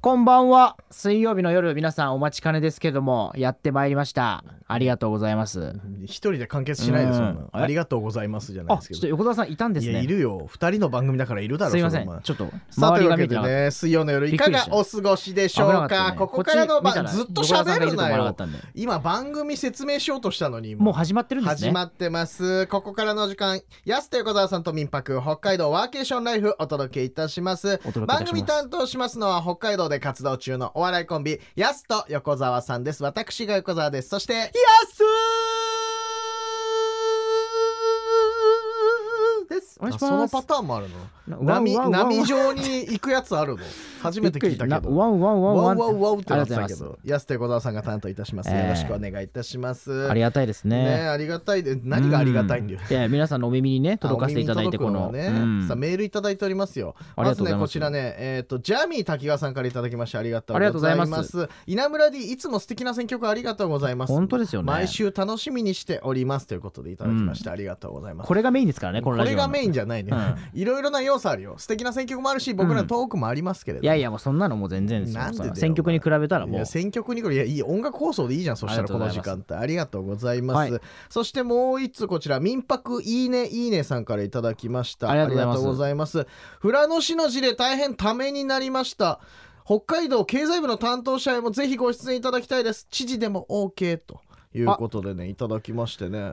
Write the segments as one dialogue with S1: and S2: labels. S1: こんばんは水曜日の夜皆さんお待ちかねですけどもやってまいりましたありがとうございます
S2: 一人で完結しないで
S1: うん
S2: そんな
S1: あれ
S2: ありがとうございますじゃない
S1: あ
S2: です
S1: ちょっ
S2: けど
S1: と横澤さんいたんです
S2: いや
S1: ね
S2: いるよ二人の番組だからいるだろ
S1: すいませ
S2: そんなん
S1: ちょっと
S2: さあと
S1: 周
S2: い
S1: り
S2: う
S1: が
S2: わけ
S1: 見て
S2: で
S1: なかった
S2: ね水曜の夜いか
S1: びっくり
S2: が
S1: した
S2: お過ごしでし
S1: 危な
S2: ょ
S1: か
S2: う
S1: ったよ
S2: か
S1: ね
S2: ここからの
S1: こっち見た
S2: ば
S1: ら
S2: ずっと
S1: 横澤さんが
S2: 喋
S1: い
S2: る
S1: と思
S2: な
S1: わなか
S2: よ
S1: ったんで
S2: 今番組説明しようとしたのに
S1: もう始まってるんですね
S2: 始まってますここからの時間安すと横澤さんと民泊北海道ワーケーションライフお届けいたします
S1: お届けいたします
S2: 番組担当しますのは北海道で活動中のお笑いコンビやすと横澤さんです私が横澤ですそしてやすです
S1: お願いします
S2: あそのパターンもある
S1: な
S2: の波
S1: わんわんわんわん
S2: 波状に行くやつあるの初めて聞いたけ
S1: びっくり
S2: ど
S1: なワンワンワン
S2: ワ
S1: ワ
S2: ウ
S1: ン
S2: ワウワウってなって
S1: あ
S2: た
S1: り
S2: け
S1: がとうござい
S2: ど、安手小沢さんが担当いたします。
S1: えー
S2: よろしくお願いいたします。
S1: ありがたいです
S2: ねえ
S1: ね
S2: ありがたいで何がありがたいんだよ
S1: う。いや皆さんのお耳にね届かせていただいて
S2: あお
S1: こ
S2: 耳
S1: の
S2: に届く
S1: う
S2: はね
S1: ん
S2: さあメールいただいておりますよ。
S1: ありがとうございます
S2: ずね、こちらね、えっ、と、ジャミー滝川さんからいただきましてありがとう
S1: ありがとう
S2: ご
S1: ござ
S2: ざ
S1: い
S2: い
S1: ま
S2: ますす。稲村 D、いつも素敵な選曲ありがとうございます。
S1: 本当ですよね
S2: 毎週楽しみにしておりますということでいただきまして、ありがとうございます。
S1: これがメインですからねこ
S2: こ
S1: のラジ
S2: れ
S1: オ
S2: が
S1: の
S2: メインじゃないね。いろいろな要素あるよ。素敵な選曲もあるし、僕らのトークもありますけれども。
S1: いやいやもうそんなのもう全然ですよ
S2: なんでだよ
S1: 選曲に比べたら
S2: い
S1: もう
S2: や選曲にこれいやいい音楽放送でいいじゃんそしたらこの時間帯ありがとうございます
S1: はい
S2: そしてもう一つこちら民泊いいねいいねさんからいただきました
S1: ありがとうございます
S2: ざいます富良野市の事例大変ためになりました北海道経済部の担当者へもぜひご出演いただきたいです知事でも OK ということでねいただきましてね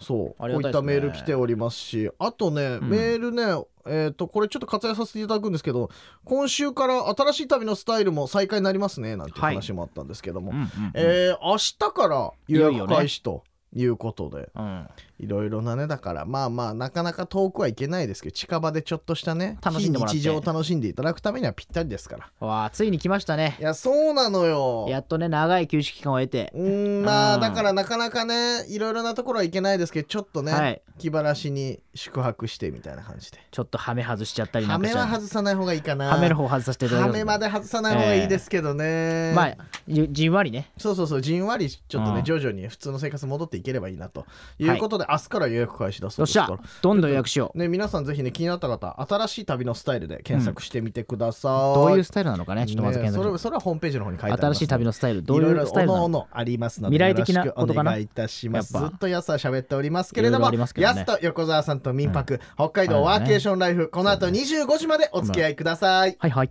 S2: そう
S1: あり
S2: こ
S1: がた
S2: うい
S1: いですね
S2: ったメール来ておりますしあとね、メールねえっ、とこれちょっと割愛させていただくんですけど今週から新しい旅のスタイルも再開になりますねなんていう
S1: はい
S2: 話もあったんですけども、
S1: うんうんうん
S2: えー明日から予約開始ということで
S1: うん
S2: いろいろなねだからまあまあなかなか遠くはいけないですけど近場でちょっとしたね
S1: 楽しんでもらって
S2: 非日常を楽しんでいただくためにはぴったりですから
S1: わあついに来ましたね
S2: いやそうなのよ
S1: やっとね長い休止期間を得て
S2: うーんま
S1: う
S2: あ
S1: ん
S2: だからなかなかねいろいろなところはいけないですけどちょっとね、
S1: はい
S2: 気晴らしに宿泊してみたいな感じで
S1: ちょっとハメ外しちゃったりな
S2: ハ
S1: んかし
S2: メ
S1: た
S2: は
S1: り
S2: 外さない方がいいかな
S1: ハメの方外させていただき
S2: ハ
S1: ます
S2: メまで外さない方がいいですけどね、
S1: まあじじんわりね
S2: そうそうそうじんわりちょっとね、
S1: うん
S2: 徐々に普通の生活戻っていければいいなということで、明日から予約開始だそ
S1: よっ
S2: うです
S1: しゃ
S2: から
S1: どんどん予約しよう
S2: ね皆さんぜひね気になった方新しい旅のスタイルで検索してみてください、
S1: どういう
S2: ス
S1: スタイルなのかねちょっとまず
S2: ね、
S1: 検
S2: それ
S1: 索
S2: それはホームページの方に書いてあり
S1: 新
S2: ます
S1: しい旅のスタイルどう
S2: いろい
S1: いう
S2: ろ
S1: スタイ
S2: お
S1: ルな
S2: の
S1: の
S2: お
S1: か
S2: のありますので
S1: 未来的なことかな
S2: よろしくお願いいたします
S1: やっ
S2: ず
S1: ぱ
S2: っと安は喋っておりますけれども
S1: いろいろありますけど
S2: 安
S1: ね
S2: と横澤さんと民泊、北海道
S1: あれだね
S2: ワーケーションライフ、この後25時までお付き合いください、
S1: はいはい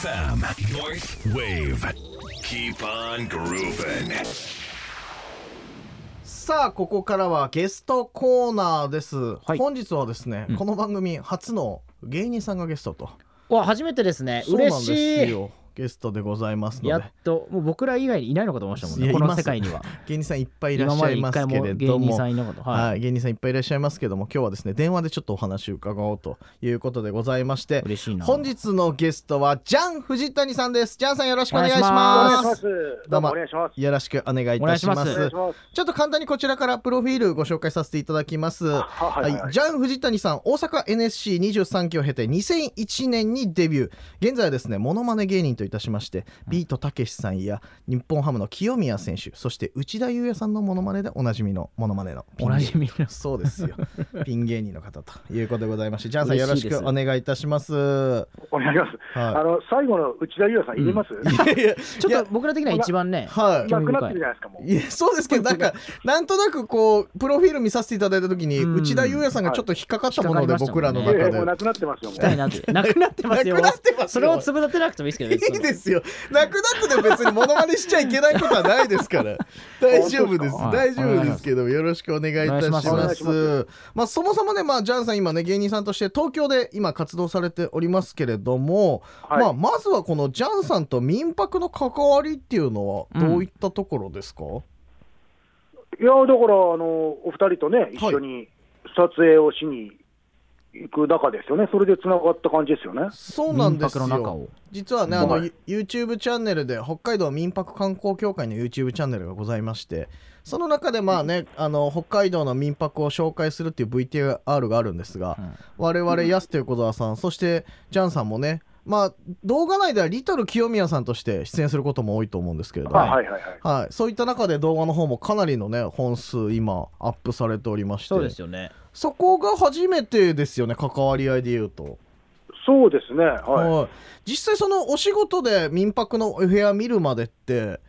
S3: FM North Wave. Keep on grooving.
S2: さあここからはゲストコーナーです、
S1: い
S2: 本日はですね、
S1: うん
S2: この番組初の芸人さんがゲストと
S1: わ初めてですね
S2: そうな
S1: 嬉
S2: ん
S1: し
S2: です
S1: い
S2: よゲストでございます
S1: や
S2: ので
S1: っともう僕ら以外にいないのかと思いましたもん
S2: い
S1: ね
S2: や
S1: こ
S2: い
S1: の
S2: ます
S1: 世界には
S2: 芸人さんいっぱいいら
S1: 今
S2: っし
S1: ま
S2: ゃ
S1: で
S2: い
S1: 一
S2: ま
S1: 回
S2: すけ
S1: も
S2: れ
S1: 芸
S2: ど
S1: 人
S2: も
S1: さんいなかった
S2: は
S1: はい
S2: い、芸人さんいっぱいいらっしゃいますけども今日はですね電話でちょっとお話を伺おうということでございまして
S1: 嬉しいな
S2: 本日のゲストはジャン藤谷さんですジャンさんよろしくお願いし
S1: お
S4: お願
S2: ま
S4: いし
S2: す
S4: ます。どうもお願いします。
S2: よろしくお願いいたします
S1: お願いします
S4: お願いします。
S2: ちょっと簡単にこちらからプロフィールご紹介させていただきます
S4: は
S2: はい
S4: い、はい
S2: ジャン藤谷さん大阪 NSC23 期を経て2001年にデビュー現在はですねモノマネ芸人といたしましてビートたけしさんや日本ハムの清宮選手そして内田裕也さんのモノマネでおなじみのモノマネのピ
S1: お
S2: ン芸
S1: な
S2: 人
S1: じみの
S2: そうです よピン芸人の方ということでございましてジャンさんよろ
S1: 嬉し
S2: し
S1: いです
S2: くお願いいたしますは
S4: お願いします。あ
S2: い
S4: の最後の内田裕也さんいります？
S2: い
S4: い
S2: やいや
S1: ちょっと僕ら的には一番ね
S2: はい
S1: 興
S4: な
S1: 味
S4: く
S1: 深い
S4: なってるじゃないですかもう。
S2: いやそうですけどなんかなんとなくこうプロフィール見させていただいた時に
S1: うん
S2: 内田裕也さんがちょっと引っかかったもので
S1: はい
S2: 僕らの
S1: い
S2: 中
S1: や
S4: い
S1: い
S4: や
S2: で
S4: もうなくなってますよも
S1: 行きたいなって なくなってますよ
S2: なくなってますよ
S1: それをつぶ立てなくてもいいですけど別
S2: い
S1: に
S2: いですよなくなってて別にモノマネしちゃいけないことはないですから大丈夫です
S1: 本当で
S2: 大
S1: すか
S2: 丈夫ですけどよろしくお願いいたします
S1: お
S4: 願いしま
S2: まあそもそもねまあジャンさん今ね芸人さんとして東京で今活動されておりますけれども、
S4: はい
S2: まあまずはこのジャンさんと民泊の関わりっていうのはどういったところですか、
S4: う。いやだからあのお二人とね一緒に撮影をしに行く中ですよね。それで繋がった感じですよね。
S2: そうなんです
S1: 民泊の中
S2: よ
S1: を
S2: 実はねあの、
S4: はい
S2: YouTube チャンネルで北海道民泊観光協会の YouTube チャンネルがございましてその中でまあねあの北海道の民泊を紹介するっていう VTR があるんですが、
S1: うん
S2: 我々安と横澤さんそしてジャンさんもねまあ動画内ではリトル清宮さんとして出演することも多いと思うんですけれども、
S4: は
S2: はいい
S4: はいはいはい。
S2: そういった中で動画の方もかなりのね本数今アップされておりまして
S1: そうですよね
S2: そこが初めてですよね関わり合いで言うと
S4: そうですね、はい
S2: はい実際そのお仕事で民泊のお部屋見るまでって、
S4: はい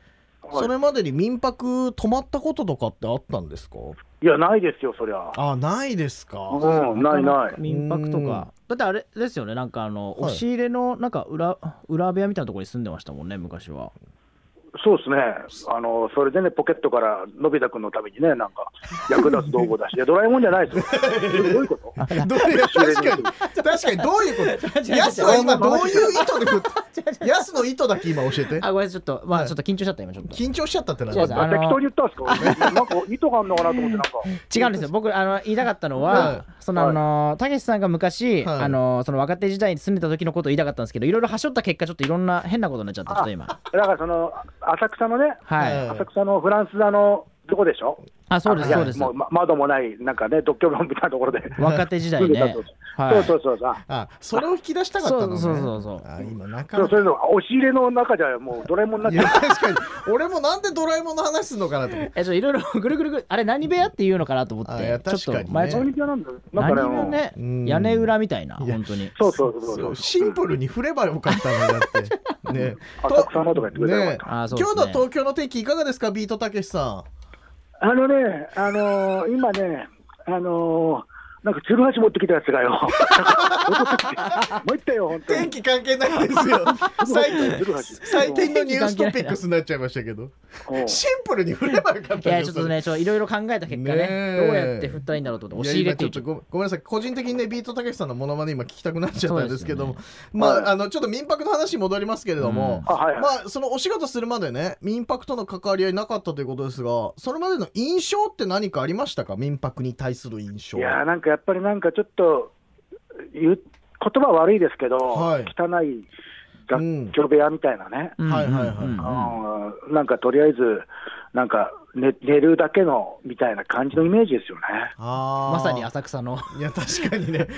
S2: それまでに民泊泊まったこととかってあったんですか
S4: いや、ないですよ、そりゃ。
S2: あないですか
S4: うん、ないない。
S1: 民泊と
S2: うん
S1: かだってあれですよねなんかあの、
S2: はい
S1: 押し入れのなんか裏裏部屋みたいなところに住んでましたもんね昔は
S4: そうですね、あのそれでね、ポケットからのび太くんのためにね、なんか役立つ道具を出して、いやドラえもんじゃないですよ、どういうこと
S2: どういう確かに確かにどういうこ と
S1: 違う違う
S2: ヤスは今どういう意図で振 ったヤスの意図だけ今教えて
S1: あごめんなさいちょっとま
S2: は
S1: あ
S2: い
S1: ちょっと緊張しちゃった今ちょっと
S2: 緊張しちゃったってな
S1: 違う違うあの
S4: 適当に言ったんですか、俺なんか意図があるのかなと思って、なんか、
S1: 違うんですよ僕あの言いたかったのは、
S2: は
S1: そのあのたけしさんが昔、
S2: はい
S1: あのその若手時代に住んでた時のことを言いたかったんですけどいろいろはしょった結果ちょっといろんな変なことになっちゃったちょっと 今
S4: だからその浅草のね、
S1: はい、
S2: はい
S4: 浅草のフランス座のどこでしょ、
S1: あそうです
S4: いや
S1: そうです
S4: もう、ま窓もない、なんかね、独居房みたいなところで、
S1: 若手時代
S4: 住んで
S1: ね
S4: たそうです
S1: はい
S4: そうそうそうそう。
S2: あそれを引き出したかったのね
S1: そうそうそうそう
S2: あ今なか
S4: そう
S2: な
S4: そ
S2: か
S4: れの押し入れの中じゃもうドラえもんになっ
S2: い
S4: てる
S2: や確かに俺もなんでドラえもんの話すんのかなと思って
S1: えちょっといろいろ ぐるぐるぐるあれ何部屋っていうのかなと思っ
S2: あいや
S1: てち
S2: 確
S1: ょ
S2: か
S1: っ
S2: に
S1: と
S2: ね
S1: 前ちょっ
S4: 何
S1: と
S4: 部屋なんだよ。だから
S1: 何
S4: も
S1: が
S4: う
S1: ね
S2: うん
S1: 屋根裏みたいな
S2: や
S1: 本当に
S4: そうそうそうそう。
S2: シンプルに振ればよかったのだ ってね
S4: 浅草のとか言ってくれたらよか
S2: ね
S4: った。
S1: あそうです
S2: 今日
S1: ね
S2: の東京の天気いかがですかビートたけしさ
S4: あのね、あのー今ね、あのーなんかつるはし持ってきたやつがよ、 戻ってきてもう行ったよ、本
S2: ん
S4: 当に
S2: 天。気関係ないで すよ最
S4: つる
S2: 近
S4: はし
S2: 最近のニューストピックスになっちゃいましたけど
S4: うん
S2: シンプルに振ればよかった
S1: いやちょっとねちょっといろいろ考えた結果ね
S2: ねえ
S1: どうやって振ったらいいんだろうと思って押
S2: 押し
S1: し
S2: 入
S1: 入
S2: れ
S1: れ
S2: っ
S1: って
S2: て
S1: いう
S2: ちょっとごごめんなさい個人的にねビートたけしさんのモノマネ今聞きたくなっちゃったんですけども、
S1: そう
S2: まあ、
S4: はい
S2: あのちょっと民泊の話に戻りますけれども、
S4: あはいはい
S2: まあそのお仕事するまでね民泊との関わり合いなかったということですがそれまでの印象って何かありましたか民泊に対する印象
S4: いやーなんかやっぱりなんかちょっと言う言葉悪いですけど、
S2: はい
S4: 汚い
S2: うん
S4: 雑居部屋みたいなね、
S1: うんうん
S2: はいはいはい
S1: うんうん
S4: うんなんかとりあえず、なんか寝寝るだけのみたいな感じのイメージですよね。
S2: あー
S1: まさに浅草の
S2: いや確か にね
S4: う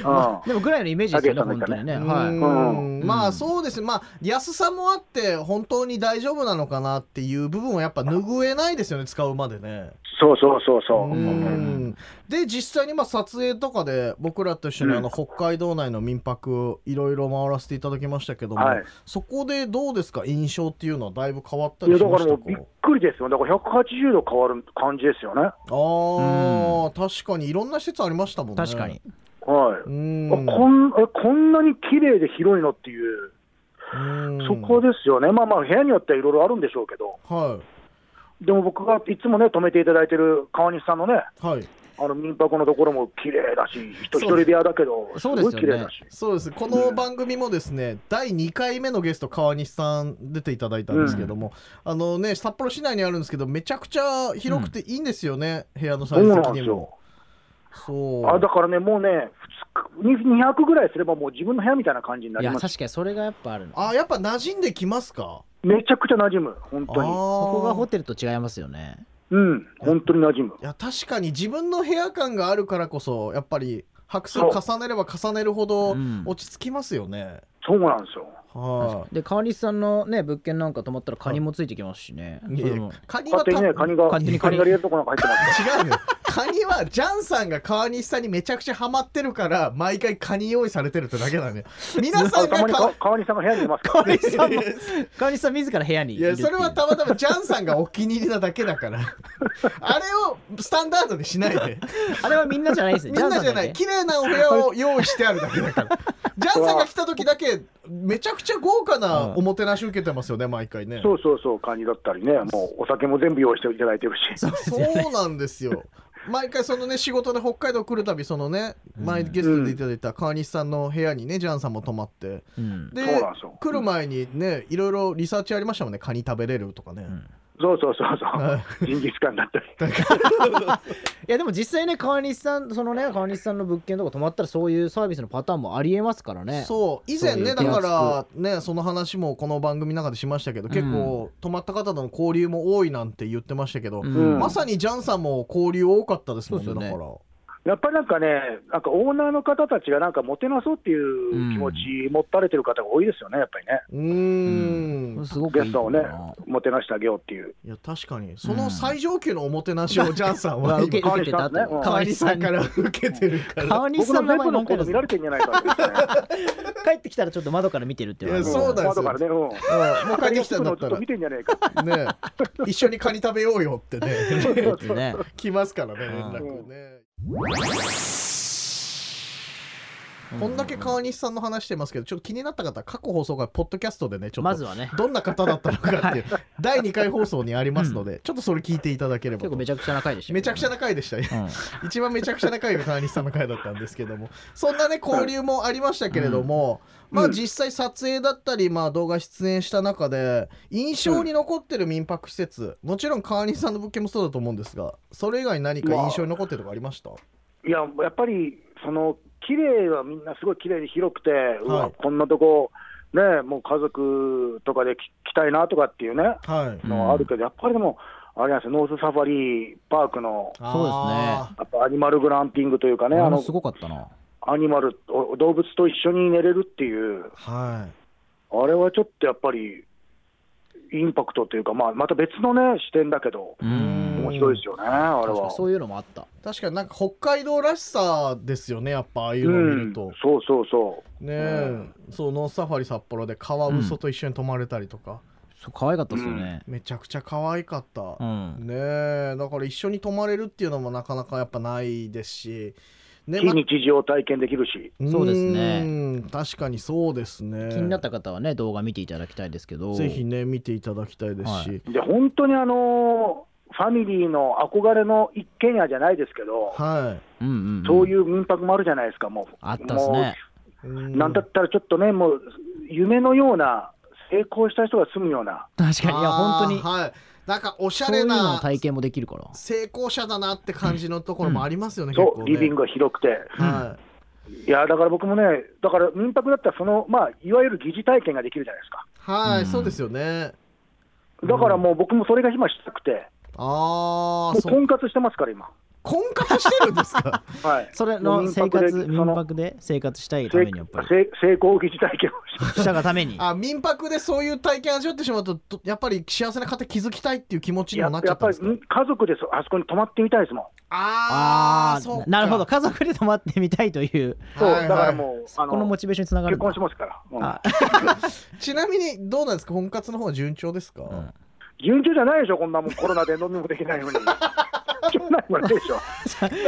S4: ん
S1: でもぐらいのイメージですよね
S4: 竹内
S1: 本
S4: さんだった
S1: 当
S4: ね
S1: にね
S2: う
S1: はい
S2: ん
S1: うん
S2: まあそうですまあ安さもあって本当に大丈夫なのかなっていう部分はやっぱ拭えないですよね使うまでね
S4: そうそうそうそう。
S2: う
S4: うん
S2: んで実際にまあ撮影とかで僕らと一緒にあの北海道内の民泊いろいろ回らせていただきましたけども、
S4: はい
S2: そこでどうですか印象っていうのはだいぶ変わった
S4: い
S2: り
S4: や
S2: し
S4: だ
S2: ま
S4: から
S2: し
S4: も
S2: た
S4: う
S2: か
S4: びっくりですよ、だから180度変わる感じですよね。
S2: あー、確かにいろんな施設ありましたもんね
S1: 確かに
S4: はい、
S2: うん
S4: あこんあこんなに綺麗で広いのっていう、
S2: うん
S4: そこですよね、まあまあ、部屋によってはいろいろあるんでしょうけど、
S2: は
S4: でも僕がいつもね、泊めていただいてる川西さんのね、
S2: いはい
S4: あの民泊のところも綺麗だし、ひと一
S2: そう
S4: 人部屋だけど、す
S1: そうですよ
S4: ご
S1: ね
S4: い綺麗だし、
S2: そうですこの番組もですね、第2回目のゲスト川西さん出ていただいたんですけども、あのね札幌市内にあるんですけどめちゃくちゃ広くていいんですよね、部屋のサイズ的にもそう
S4: あだからね、もうね、二日に200ぐらいすれば、もう自分の部屋みたいな感じにないり
S1: や
S4: ます、
S1: 確かにそれがやっぱあるの
S2: あやっぱ馴染んできますか
S4: めちゃくちゃ馴染む、本当に、
S1: そこがホ
S2: あー
S1: テルと違いますよね
S4: うん、本当に馴染む。
S2: いや確かに自分の部屋感があるからこそやっぱり拍数を重ねれば重ねるほど
S1: うん
S2: 落ち着きますよね、
S4: そうなんですよ。
S2: は
S1: で川西さんのね物件なんか泊まったらカニもついてきますしね
S2: いい
S1: そ
S2: や
S1: れも
S2: カニは
S4: 勝手
S2: た
S4: にね、カニが、カ
S1: 勝手
S4: ニ
S1: にカ
S4: が
S1: ニ
S4: 入れるとこなんか入ってます。
S2: 違うのよカニはジャンさんが川西さんにめちゃくちゃハマってるから毎回カニ用意されてるってだけなのよ 皆さ
S4: あ
S2: ん
S4: たま
S2: が
S4: にか川西さんが部屋にいますから、
S1: 川西さんも川西さん自ら部屋に
S2: い
S1: いる
S2: や
S1: って
S2: それはたまたまジャンさんがお気に入りなだけだからあれをスタンダードにしない で
S1: あれはみんなじゃないです
S2: み
S1: ね
S2: んな
S1: ジ
S2: じゃ
S1: ャンさんだ
S2: ない
S1: け
S2: 綺麗なお部屋を用意してあるだけだからジャンさんが来た時だけめちゃくちゃ豪華なおもてなし受けてますよね毎回ね
S4: そうそうそう、カニだったりね、もうお酒も全部用意していただいてるし、
S2: そうなんですよ。毎回そのね仕事で北海道来るたびそのね前ゲストでいただいた川西さんの部屋にねジャンさんも泊まって
S1: うん
S2: で
S4: そうなんですよ
S2: 来る前にねいろいろリサーチありましたもんねカニ食べれるとかね、
S4: そうそうそうそう、ジンギスカンだったり、
S1: いやでも実際ね川西さんそのね川西さんの物件とか泊まったらそういうサービスのパターンもありえますからね
S2: そう以前
S1: そうい
S2: ね
S1: う
S2: だ
S1: 手が
S2: からねその話もこの番組の中でしましたけど、結構泊まった方との交流も多いなんて言ってましたけど、
S1: うん
S2: まさにジャンさんも交流多かったですもんね
S1: そうです
S2: だ
S1: よ
S2: か
S1: ね
S2: ら。
S4: やっぱりなんかね、なんかオーナーの方たちがなんかもてなそうっていう気持ち持たれてる方が多いですよね、やっぱりね。
S2: うーん
S1: すごくいいと思うな
S4: もてなしてあげようっていう。
S2: いや確かにその最上級のおもてなしをジャンさんは
S1: 受け
S2: 今
S1: 受けてたと
S4: 川西
S2: 川西さ
S4: さんねうん
S2: んから受けてるから
S1: 川西
S4: 僕
S1: さん
S4: の
S1: の
S4: 全
S1: 名前
S4: 部の
S1: 何
S4: こ
S1: 回
S4: と
S1: だ
S4: 見
S1: ぞ
S4: られてんじゃないかと思ってね、
S1: 帰ってきたらちょっと窓から見てるって言われ
S2: い
S1: て
S2: やそうだよ
S4: 窓からね、う
S2: う
S4: ん
S2: んもう帰ってきたんだった
S4: ちょと
S2: ら
S4: 見てんじゃねえか。
S2: ね一緒にカニ食べようよってね
S1: です ね
S2: 来ますからね連
S1: うん
S2: 絡ねこんだけ川西さんの話してますけどちょっと気になった方は過去放送がポッドキャストでねちょっと
S1: まずはね
S2: どんな方だったのか っていう第2回放送にありますので、ちょっとそれ聞いていただければ
S1: 結
S2: と
S1: 構めちゃくちゃな回でした
S2: めちゃくちゃ
S1: な
S2: な回でしたね
S1: うん
S2: 一番めちゃくちゃな回が川西さんの回だったんですけどもそんなね交流もありましたけれども、
S4: うん
S2: まあ
S4: うん
S2: 実際撮影だったり、まあ、動画出演した中で印象に残ってる民泊施設もちろん川西さんの物件もそうだと思うんですがそれ以外に何か印象に残ってるとかありました、
S4: いや、やっぱり、その綺麗はみんなすごい綺麗で広くて、う
S2: は
S4: わ、
S2: い
S4: こんなとこ、ね、もう家族とかで来来たいなとかっていうね、
S2: はい
S1: うん
S4: のあるけど、やっぱりでも、あれなんですよ、ノースサファリパークの、
S2: あ
S4: やっぱアニマルグランピングというかね、あ
S1: 俺も
S4: の
S1: すごかったな
S4: アニマル、お動物と一緒に寝れるってい
S2: ー
S4: う、
S2: は
S4: あれはちょっとやっぱり、インパクトというか、まあ、また別のね、視点だけど、
S1: う
S2: うん
S1: ん
S4: 面白いですよね、あれ
S1: 確か
S4: は
S1: に。そういうのもあった
S2: い確かになんか北海道らしさですよねやっぱああいうのを見ると、
S4: うん、そうそうそう。
S2: ねえ、そうノースサファリ札幌でカワウソと一緒に泊まれたりとか、
S1: そう可愛かったですよね
S2: めちゃくちゃ可愛かった、
S1: うん
S2: ねえだから一緒に泊まれるっていうのもなかなかやっぱないですし、ね
S4: 非日常を体験できるし、
S2: ま
S1: そうですね
S2: うん確かにそうですね
S1: 気になった方はね動画見ていただきたいですけど
S2: ぜひね見ていただきたいですし、
S1: は
S4: で本当にあのファミリーの憧れの一軒家じゃないですけど、
S2: は
S1: うんうんうん
S4: そういう民泊もあるじゃないですか、もう、
S1: あったっすね
S2: い、
S4: もうなんだったらちょっとね、もう夢のような、成功した人が住むような、
S1: 確かにいや本当
S2: あ
S1: に
S2: ーはいなんかおしゃ
S1: そうい
S2: れ
S1: うのの
S2: な
S1: 体験もできるから
S2: 成功者だなって感じのところもありますよね、結
S4: そ
S2: 構
S4: う、
S2: ね
S4: リビングが広くて、
S2: はい
S4: や、だから僕もね、だから民泊だったらその、まあ、いわゆる疑似体験ができるじゃないですか、
S2: い、はい
S1: うん
S2: そうですよね
S4: だからもう僕もそれが今したくて、
S2: あ
S4: も
S2: あ
S4: う
S2: そう
S4: 婚活してますから、今。
S2: 婚活してる んですか
S4: はい
S1: それの生活
S4: も
S1: 民
S4: う民泊
S1: 泊で生活したい
S4: で
S1: た
S4: その
S1: めにやっぱり
S4: せ成功疑似体験をして
S1: し たがために
S2: あ民泊でそういう体験味わってしまうとどやっぱり幸せな家庭築きたいっていう気持ちにもなっちゃ
S4: や
S2: っ
S4: った
S2: ん
S4: ぱ
S2: で
S4: り
S2: すか
S4: 家族でそあそこに泊まってみたいですもん。
S1: あ
S2: あーそ
S1: あ
S2: う
S1: なるほど家族で泊まってみたいという
S4: そう、
S2: はいはい
S4: だからもう、あ
S1: このモチベーションにつながる
S4: 結
S1: んだ
S4: 婚しますから、うん
S1: あ
S2: ちなみにどうなんですか婚活の方は順調ですか、
S1: ん
S4: 順調じゃないでしょ、こんなもん、コロナで飲みもできない のに。そんなもん ないでしょ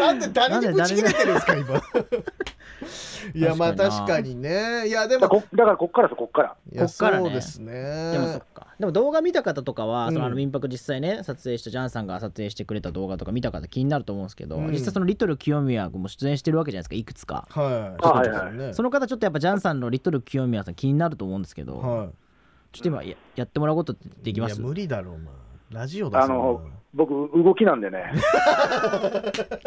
S2: なんで誰に
S1: なんで
S2: ぶ
S1: 誰に
S2: ち切れてるんですか今いやまあ
S1: 確かにな
S2: 確かにねいやで
S4: だから
S2: も
S4: こだからこっからです、こっから。
S2: いや
S1: こっからね
S2: そうですね
S1: でもそっかでも動画見た方とかは、
S2: うん
S1: そのあの民泊実際ね撮影したジャンさんが撮影してくれた動画とか見た方気になると思うんですけど、
S2: うん
S1: 実際そのリトル清宮君も出演してるわけじゃないですかいくつか
S2: はい
S4: あはい
S2: そうですよね
S1: その方ちょっとやっぱジャンさんのリトル清宮さん気になると思うんですけど、
S2: はい
S1: ちょっと今ややってもらうことってできます
S2: いや無理だろうまあラジオだ
S4: あ
S2: ぞお
S4: の
S2: 前
S4: 僕、動きなんで ね、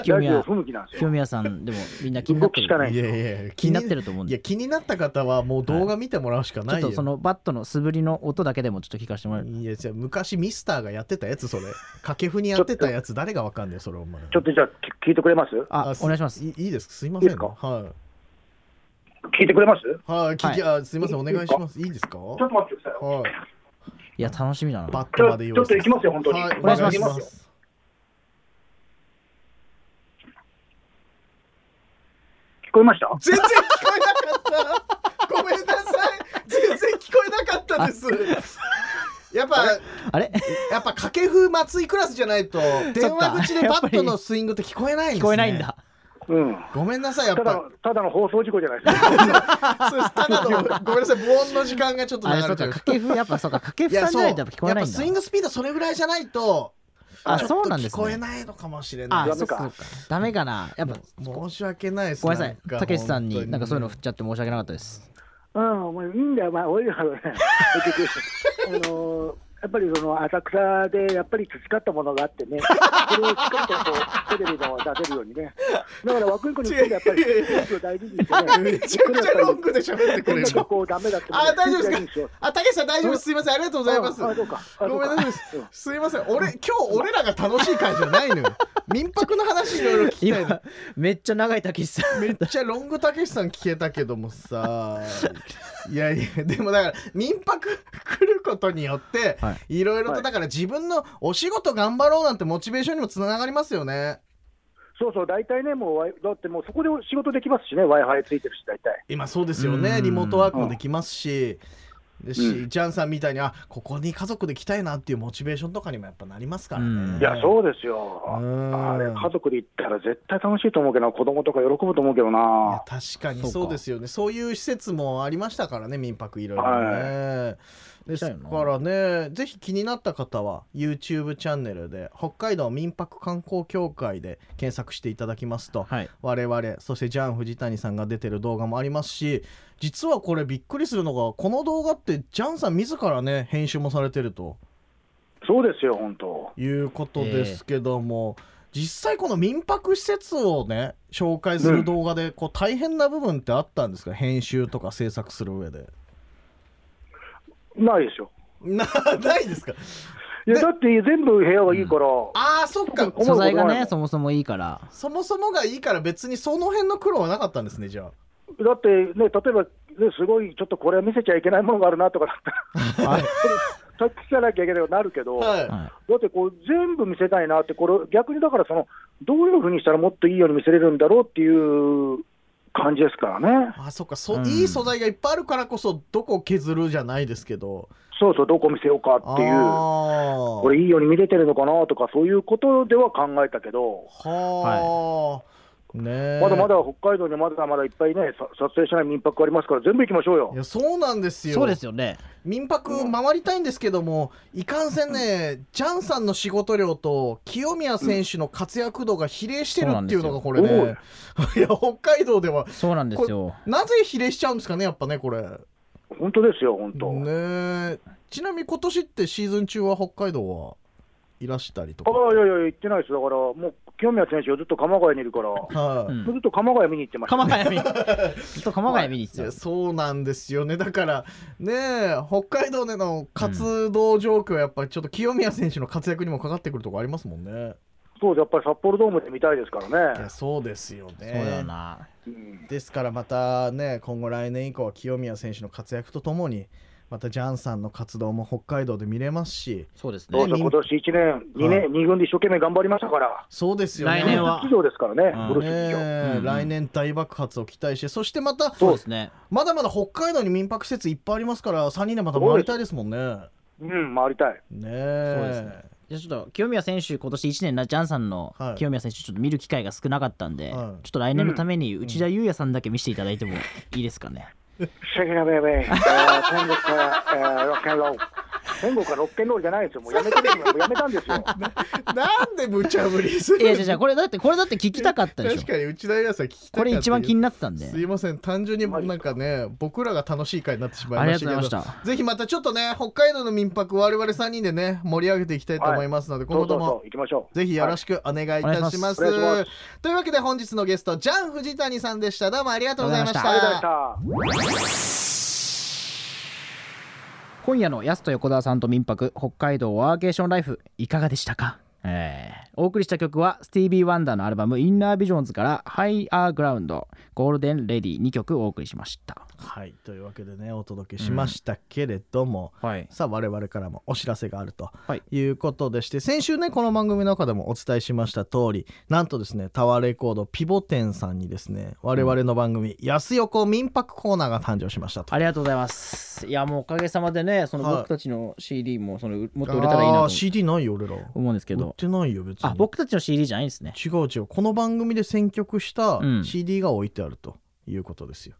S1: 清
S4: ラジオ
S1: 宮
S4: 不向きなんです
S1: 清
S4: よ。
S1: 宮さんでもみんな気になって
S4: 動きしか
S1: る
S4: ない
S2: いやいやいや
S1: 気になってると思うん
S2: いや
S1: で
S2: 気になった方はもう動画見てもらうしか
S1: ちょ
S2: な
S1: っ
S2: いよ、
S1: とそのバットの素振りの音だけでもちょっと聞かせてもらえる
S2: いやじゃあ昔ミスターがやってたやつ それ掛布にやってたやつ誰がわかんねえそれお前
S4: ちょっとじゃあ、き聞いてくれます
S1: あお願いします
S2: いいいですすいません
S4: いいですか
S2: は
S4: 聞いてくれますちょ
S2: いはい聞き、あすいませんお願いしますいいですか
S4: っと待ってくださいよ。
S2: はい
S1: いや楽しみだな
S2: バッ
S4: じ
S2: ト
S4: ゃ
S2: ま
S4: あ
S2: で
S4: ち
S2: 用意
S4: ょっと行きますよ、本当に。
S2: はい
S1: お願いします
S2: お願いします
S4: 聞こえました
S2: 全然聞こえなかったごめんなさい全然聞こえなかったですやっぱ
S1: あれ
S2: やっぱ掛布松井クラスじゃないと電話口でバットのスイングって聞こえないんです、ね、
S1: 聞こえないんだ
S4: うん。
S2: ごめんなさいやった
S4: だの
S2: ぱ、
S4: ただの放送事故じゃないです か。
S2: そうですただの ごめんなさい無音の時間がちょっと
S1: あ
S2: 流
S1: れ
S2: れ
S1: そう
S2: ちゃ
S1: か
S2: う
S1: 掛布やっぱそうか掛
S2: い
S1: 布さんじゃ
S2: そう
S1: な
S2: や
S1: い
S2: っ
S1: とやっぱ聞こえな
S2: ぱ
S1: いんだ
S2: スイングスピードそれぐらいじゃないと
S1: あ
S2: ちょっと
S1: そうなんです
S2: 聞こえ
S1: ね
S2: ないのかもしれな
S1: あ
S2: い
S1: そ
S2: で
S1: う
S2: す
S1: かそうかダメかなやっぱ
S2: 申し訳ないです
S1: ごめんなさい
S2: か
S1: たけしさん
S2: 本当
S1: になんかそういうの振っちゃって申し訳なかったです
S4: うん、もういいんだよ、まあ、おいらはね、結局、あのーやっぱりその浅草でやっぱり培ったものがあってね、それをしっかりとこうテレビも出せるようにね、だから和久井君に行ってやっぱり、選手を大事にしてね、
S2: めちゃくちゃロングで喋ってく
S4: こ
S2: れる
S4: んなとこダメだってもね、
S2: あ大丈夫ですか
S4: 選手を大事にしよう
S2: あたけしさん大丈夫ですすいませんありがとうございます
S4: ああそうかあ
S2: ごめんなさい
S4: そうか
S2: すいません俺今日俺らが楽しい会じゃないのよ民泊の話いろいろ 聞きたいの
S1: 今めっちゃ長いたけしさん
S2: めっちゃロングたけしさん聞けたけどもさいやいやでもだから民泊来ることによって、、
S1: はい
S2: ろいろ
S4: は
S2: と
S4: い
S2: だから自分のお仕事頑張ろうなんてモチベーションにもつながりますよね
S4: そうそう、大体ね、もうワイ、だってもうそこで仕事できますしね、w i f i ついてるし、大体。
S2: 今そうですよ
S1: う
S2: ね
S1: ん
S2: リモートワークもできますし、ですし、
S4: う
S2: ジャンさんみたいにあここに家族で来たいなっていうモチベーションとかにもやっぱなりますからね、
S1: うん
S4: いや、
S2: う
S4: そうですよ。
S2: うん
S4: あれ、家族で行ったら絶対楽しいと思うけどな、子供とか喜ぶと思うけど
S2: いや
S4: な。
S2: 確かに
S1: そうか
S2: そうですよねそういう施設もありましたからね民泊いろいろね、で
S1: 行きた
S2: す
S1: いよな
S2: からねぜひ気になった方は YouTube チャンネルで北海道民泊観光協会で検索していただきますと、
S1: はい
S2: 我々そしてジャン藤谷さんが出てる動画もありますし実はこれびっくりするのがこの動画ってジャンさん自らね編集もされてると
S4: そうですよ、本当。
S2: いうことですけども、実際この民泊施設をね紹介する動画でこう大変な部分ってあったんですか編集とか制作する上で。
S4: ないですよ。
S2: なないですか
S4: いや、
S2: で
S4: だって全部部屋はいいから、
S2: ああそっか
S4: 思うこと
S1: 素材が
S4: ないも
S1: ね
S4: ん
S1: そもそもいいから
S2: そもそもがいいから別にその辺の苦労はなかったんですねじゃあ。
S4: だってね、例えば、ね、すごい、ちょっとこれは見せちゃいけないものがあるなとか だったら、隠さなきゃいけないようになるけど、だ
S2: はい
S1: は
S4: ってこう、全部見せたいなって、これ、逆にだからその、どういうふうにしたらもっといいように見せれるんだろうっていう感じですからね。
S2: あそっかそ、
S1: うん
S2: いい素材がいっぱいあるからこそどこを削るじゃないですけど
S4: そうそう、どこ見せようかっていう、
S2: あ
S4: これ、いいように見れてるのかなとか、そういうことでは考えたけど、
S2: はあ、ねえ
S4: まだまだ北海道にまだまだいっぱいね、さ撮影しない民泊ありますから、全部行きましょうよ
S2: い。やそうなんです
S1: い
S2: よ
S1: そうですよね
S2: 民泊回りたいんですけども、いかんせんね、ジャンさんの仕事量と清宮選手の活躍度が比例してるっていうのがこれね、
S4: そうなん
S2: いや北海道では、
S1: そうなんですよ
S2: なぜ比例しちゃうんですかね、やっぱね、これ。ね
S4: 本当ですよ、本当。
S2: えちなみに今年ってシーズン中は北海道はいらしたりと
S4: あ
S2: か。
S4: あ、いやいや、行ってないです、だから、もう清宮選手はずっと鎌ヶ谷にいるから、
S2: は
S1: う
S2: い、
S1: ん
S4: ずっと鎌ヶ谷見に行ってました。
S1: 鎌ヶ谷 見にずっと鎌ヶ谷見に行っ
S2: い
S1: て
S2: やそうなんですよねだからねえ北海道での活動状況はやっぱりちょっと清宮選手の活躍にもかかってくるところありますもんね。
S4: そうですやっぱり札幌ドームで見たいですから
S2: い
S4: ね
S2: や。そうですよね。
S1: たそうだよな
S4: うん
S2: ですからまたね今後来年以降は清宮選手の活躍とともにまたジャンさんの活動も北海道で見れますし
S1: そうです
S4: どう
S1: ね
S4: ぞ
S2: ね
S4: 今年1年、2
S2: は
S4: 年、二軍で一生懸命頑張りましたから、
S2: そうですよね
S1: 来年は
S4: 出場ですからね、
S1: うん
S4: ブル
S2: ね
S4: ース出場。
S2: え
S1: うん
S2: 来年大爆発を期待してそしてまた
S1: そうですね
S2: まだまだ北海道に民泊施設いっぱいありますから3人でまた回りたいですもんね
S4: うん、回りたい。
S2: ね
S1: そうですねじ
S2: え
S1: ゃあちょっと清宮選手今年1年なジャンさんの
S2: はい
S1: 清宮選手ちょっと見る機会が少なかったんで、
S2: はい
S1: ちょっと来年のために内田裕也さんだけ見せていただいてもいいですかね、
S4: シェイラベ イベイ、えー天国からえーロッケンロール。天国からロッケンロールじゃないですよ、もうやめてるもうやめた んですよ。
S2: なんで無茶ぶりする
S1: いやじゃじゃこれだってこれだって聞きたかったでしょ
S2: 確かに内田裕也さん聞きたか
S1: こ
S2: った
S1: れ一番気になってたんです
S2: いません単純になんかね僕らが楽しい回になってしま
S1: あ
S2: い
S1: り
S2: ま
S1: が
S2: し
S1: と
S2: た
S1: う
S2: け
S1: ご
S2: ど
S1: ざいました
S2: ぜひまたちょっとね、北海道の民泊、我々3人でね、盛り上げていきたいと思いますので、今
S4: そう
S2: 後
S4: そ
S2: と
S4: うそ
S2: も
S4: う、行きましょう。
S2: ぜひよろしくお願いいたします。
S4: はいお願いします
S2: というわけで本日のゲスト、ジャン藤谷さんでした。どうもありがとうございまし。
S1: あり
S4: ありがとうございましたた。
S1: 今夜のやすと横澤さんと民泊北海道ワーケーションライフいかがでしたかえーお送りした曲はスティービー・ワンダーのアルバム「インナービジョンズ」から「ハイアーグラウンド」「ゴールデン・レディ」2曲お送りしました
S2: はい、というわけでね、お届けしましたけれども、
S1: はい
S2: さあ我々からもお知らせがあると
S1: はい
S2: いうことでして、先週ねこの番組の中でもお伝えしました通りなんとですねタワーレコードピボテンさんにですね我々の番組「安横民泊コーナー」が誕生しましたと
S1: ありがとうございますいやもうおかげさまでねその
S2: はい
S1: 僕たちの CD もそのもっと売れたらいい
S2: あ
S1: な
S2: ー
S1: と
S2: CD ないよ俺ら
S1: 思うんですけ
S2: 売っ
S1: ど
S2: てないよ別に
S1: あ僕たちの CD じゃないんですね
S2: 違う違うこの番組で選曲した
S1: うん
S2: CD が置いてあるということですよ、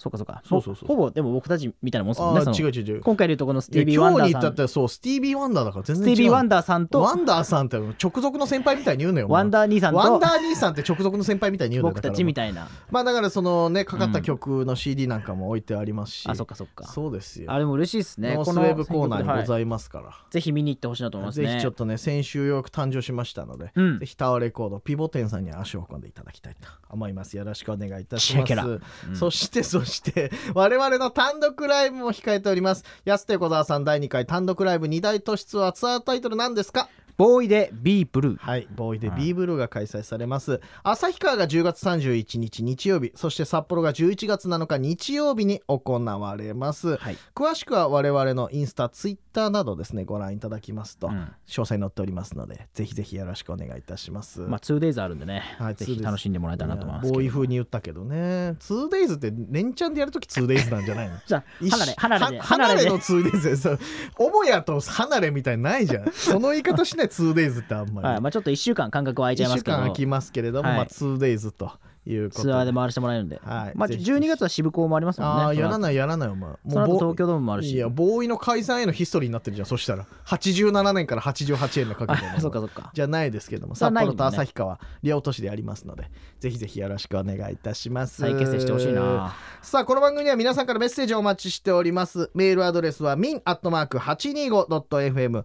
S1: そうかそうか
S2: そうそうそう
S1: ほぼでも僕たちみたいなもんですもん
S2: あ
S1: ね
S2: あ
S1: その
S2: 違う違う違う
S1: 今回で言うとこのスティービ
S2: い
S1: ー・
S2: や
S1: ワン
S2: 今
S1: ダ
S2: 日
S1: ー
S2: に至
S1: さ
S2: っ
S1: ん
S2: たらそうスティービー・ワンダーだから全
S1: ス
S2: 然
S1: テ
S2: 違
S1: ィー
S2: う
S1: ビー・ワン
S2: ダ
S1: ダーさんと
S2: ワンダーさんって直属の先輩みたいに言うのよ
S1: ワンダー兄さん
S2: ワン
S1: と
S2: ダー兄さんって直属の先輩みたいに言うのよ
S1: 僕たちみ
S2: たい
S1: たいな
S2: まあだからそのねかかった曲の CD なんかも置いてありますし、
S1: あそっかそっか
S2: そうですよ
S1: あれも嬉しいですね
S2: ノースウ
S1: この
S2: ェーブコーナーにご
S1: はい
S2: ざいますから、
S1: ぜひ見に行ってほしいなと思います
S2: ぜ
S1: ね
S2: ひちょっとね先週ようやく誕生しましたので、
S1: うん
S2: ぜひタワーレコードピボテンさんに足を運んでいただきたいと思いますよろしくお願いいたしま
S1: チェケ
S2: す、
S1: ラうん
S2: そしてそして我々の単独ライブも控えております安手小沢さん第2回単独ライブ2大都市ツアーツアータイトル何ですか
S1: ボーイで B ブルー
S2: はい、ボーイで B ブルーが開催されます。旭川が10月31日日曜日、そして札幌が11月7日日曜日に行われます。
S1: はい
S2: 詳しくは我々のインスタ、ツイッターなどですね、ご覧いただきますと、
S1: うん
S2: 詳細載っておりますので、ぜひぜひよろしくお願いいたします。
S1: まあ 2days あるんでね、
S2: はい
S1: ぜひ楽しんでもらえたらなと思いますけど
S2: ボーイ風に言ったけどね 2days って連チャンでやるとき 2days なんじ ゃないの
S1: じゃあ
S2: 一
S1: 離れ離れで
S2: は離れ
S1: で
S2: の 2days でさ母屋と離れみたいにないじゃんその言い方しない 2days ってあんまり、
S1: はいまあ、ちょっと1週間間隔は空いちゃい
S2: 1
S1: ま
S2: 週
S1: すけ
S2: 間
S1: ど
S2: 空きますけれども、
S1: はい
S2: まあ 2days ということ
S1: ツアーで回してもらえるんで、
S2: はい
S1: まあ、
S2: ぜひぜひ
S1: 12月は渋港もありますもんね
S2: ああ
S1: その
S2: や
S1: 後
S2: らないやらないお前も
S1: その後
S2: ボ
S1: 東京ドームもあるし
S2: いやボーイの解散へのヒストリーになってるじゃんそしたら87年から88円のかけて
S1: あ そっかそっか
S2: じゃないですけども
S1: それはな
S2: 札
S1: い
S2: 幌
S1: もんね
S2: と旭川両都市でありますのでぜひぜひよろしくお願いいたします
S1: 再結成してほしいな
S2: さあこの番組には皆さんからメッセージをお待ちしておりますメールアドレスは min.825.fm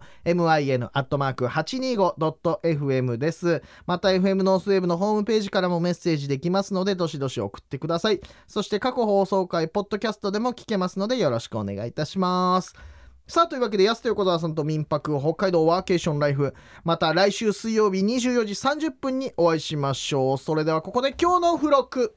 S2: min.825.fm ですまた FM ノースウェーブのホームページからもメッセージできますのでどしどし送ってくださいそして過去放送回ポッドキャストでも聞けますのでよろしくお願いいたしますさあというわけで安と横澤さんと民泊北海道ワーケーションライフまた来週水曜日24時30分にお会いしましょうそれではここで今日の付録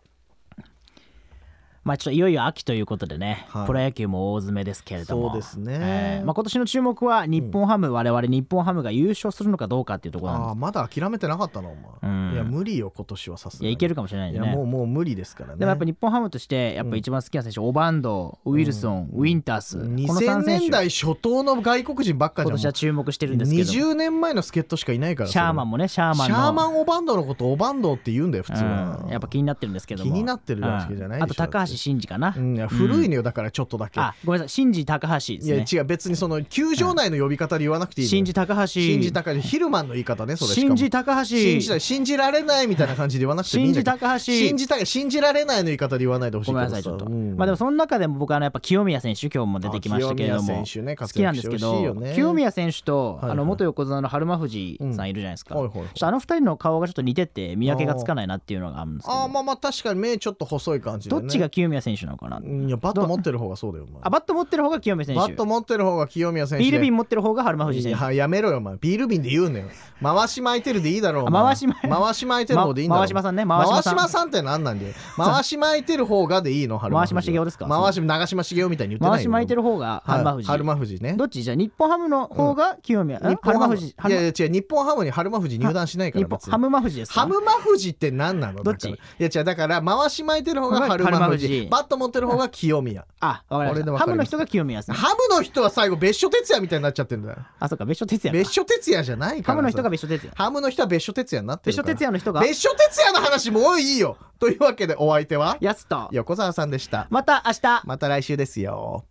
S1: まあちょっといよいよ秋ということでね、
S2: はい
S1: プロ野球も大詰めですけれども
S2: そうですね
S1: えーまあ、今年の注目は日本ハム、我々日本ハムが優勝するのかどうかっていうところなん
S2: あ
S1: で
S2: あまだ諦めてなかったのお前、
S1: うん
S2: いや無理よ今年はさす
S1: すい
S2: がに
S1: やいけるかもしれない
S2: い
S1: で
S2: や
S1: すね
S2: もうもう無理ですからね
S1: でもやっぱ日本ハムとしてやっぱ一番好きな選手、オバンドウィルソン、ウィンタース、この
S2: 2000
S1: 3選手
S2: 年代初頭の外国人ばっかじ
S1: 今
S2: ゃん
S1: 年は注
S2: も
S1: 目してる
S2: うん
S1: ですけど
S2: 20年前の助っ人しかいないから
S1: シャーマンもねシャー
S2: それ
S1: マンの
S2: シャーマンオバンドのことオバンドって言うんだよ普通は、
S1: うんやっぱ気になってるんですけども
S2: 気になってるわけじゃな
S1: う
S2: いでしょ
S1: んあと高橋真司かな、
S2: うんいや古いのよだからちょっとだけ、
S1: あごめんなさい真司高橋です
S2: いや
S1: ね
S2: 違う別にその球場内の呼び方で言わなくていいの
S1: 真
S2: よ
S1: 司高橋
S2: 信じたかヒルマンの言い方ねそれしか
S1: 真
S2: も
S1: 司高橋
S2: 信じた信じられないみたいな感じで言わなくてもいいんだけど
S1: 信じ高橋
S2: 信じた信じられないの言い方で言わないでほしい
S1: ごめん
S2: け
S1: な
S2: ど
S1: さいちょっ
S2: さ
S1: と、
S2: うん
S1: まあでもその中でも僕はあのやっぱ清宮選手今日も出てきましたけれど
S2: あ
S1: も、
S2: 清宮選手ね
S1: 好きなんですけ
S2: 活躍して
S1: ど
S2: ほしいよね
S1: 清宮選手と、
S2: いはい
S1: あの元横綱の春馬富士さんいるじゃないですか、
S2: うんはいはいはい
S1: ちょっとあの二人の顔がちょっと似てて見分けがつかないなっていうのがあるんですけど、
S2: あーまあまあ確かに目ちょっと細い感じで、
S1: ど
S2: ね、
S1: っちが清宮選手なのかな、
S2: うんいやバット持ってる方がそうだよお前
S1: あバット持ってる方が清宮選手
S2: バット持ってる方が清宮選手
S1: ビール瓶
S2: ン
S1: 持ってる方が春馬富士選手
S2: ややめろよお前ビール瓶で言うのよ回し巻いてるでいいだろうお前
S1: あ回し巻い
S2: 回し巻いてる方でいいんだろ
S1: ま回しまさんね回しまさん
S2: 回しまさんって何なんだよ回し巻いてる方がでいいの春馬富士
S1: 回しま茂雄ですか
S2: 回し長嶋茂雄みたいに言ってないよ
S1: 回し巻いてる方が春馬富士、
S2: はい春馬富士ね
S1: どっちじゃあ日本ハムの方が清宮、え
S2: 日
S1: 春馬
S2: 本ハム
S1: 富士
S2: いやいや違う日本ハムに春馬富士入団しないか
S1: 日
S2: ら
S1: 本
S2: 別に
S1: ハムマ富士ですか
S2: ハムマ富士って何なの
S1: どっち
S2: だからいや違うだから回し巻いてる方が春
S1: 春
S2: 馬
S1: 馬
S2: 富
S1: 富
S2: 士
S1: 士
S2: バット持ってる方が清宮
S1: あわかりま
S2: これで
S1: した
S2: わか
S1: ハ
S2: り
S1: ムの
S2: ます
S1: 人が清宮さん
S2: ハムの人は最後別所哲也みたいになっちゃってるんだよ
S1: あそうか別所哲也
S2: 別
S1: か
S2: 所哲也じゃない
S1: ハ
S2: から
S1: ムの人が別
S2: 所
S1: 所哲也
S2: ハムの人は別所哲也になって
S1: 別
S2: るか
S1: 所
S2: ら
S1: 哲也の人が
S2: 別所哲也の話もういいよというわけでお相手は
S1: やすと
S2: 横澤さんでした
S1: また明日
S2: また来週ですよ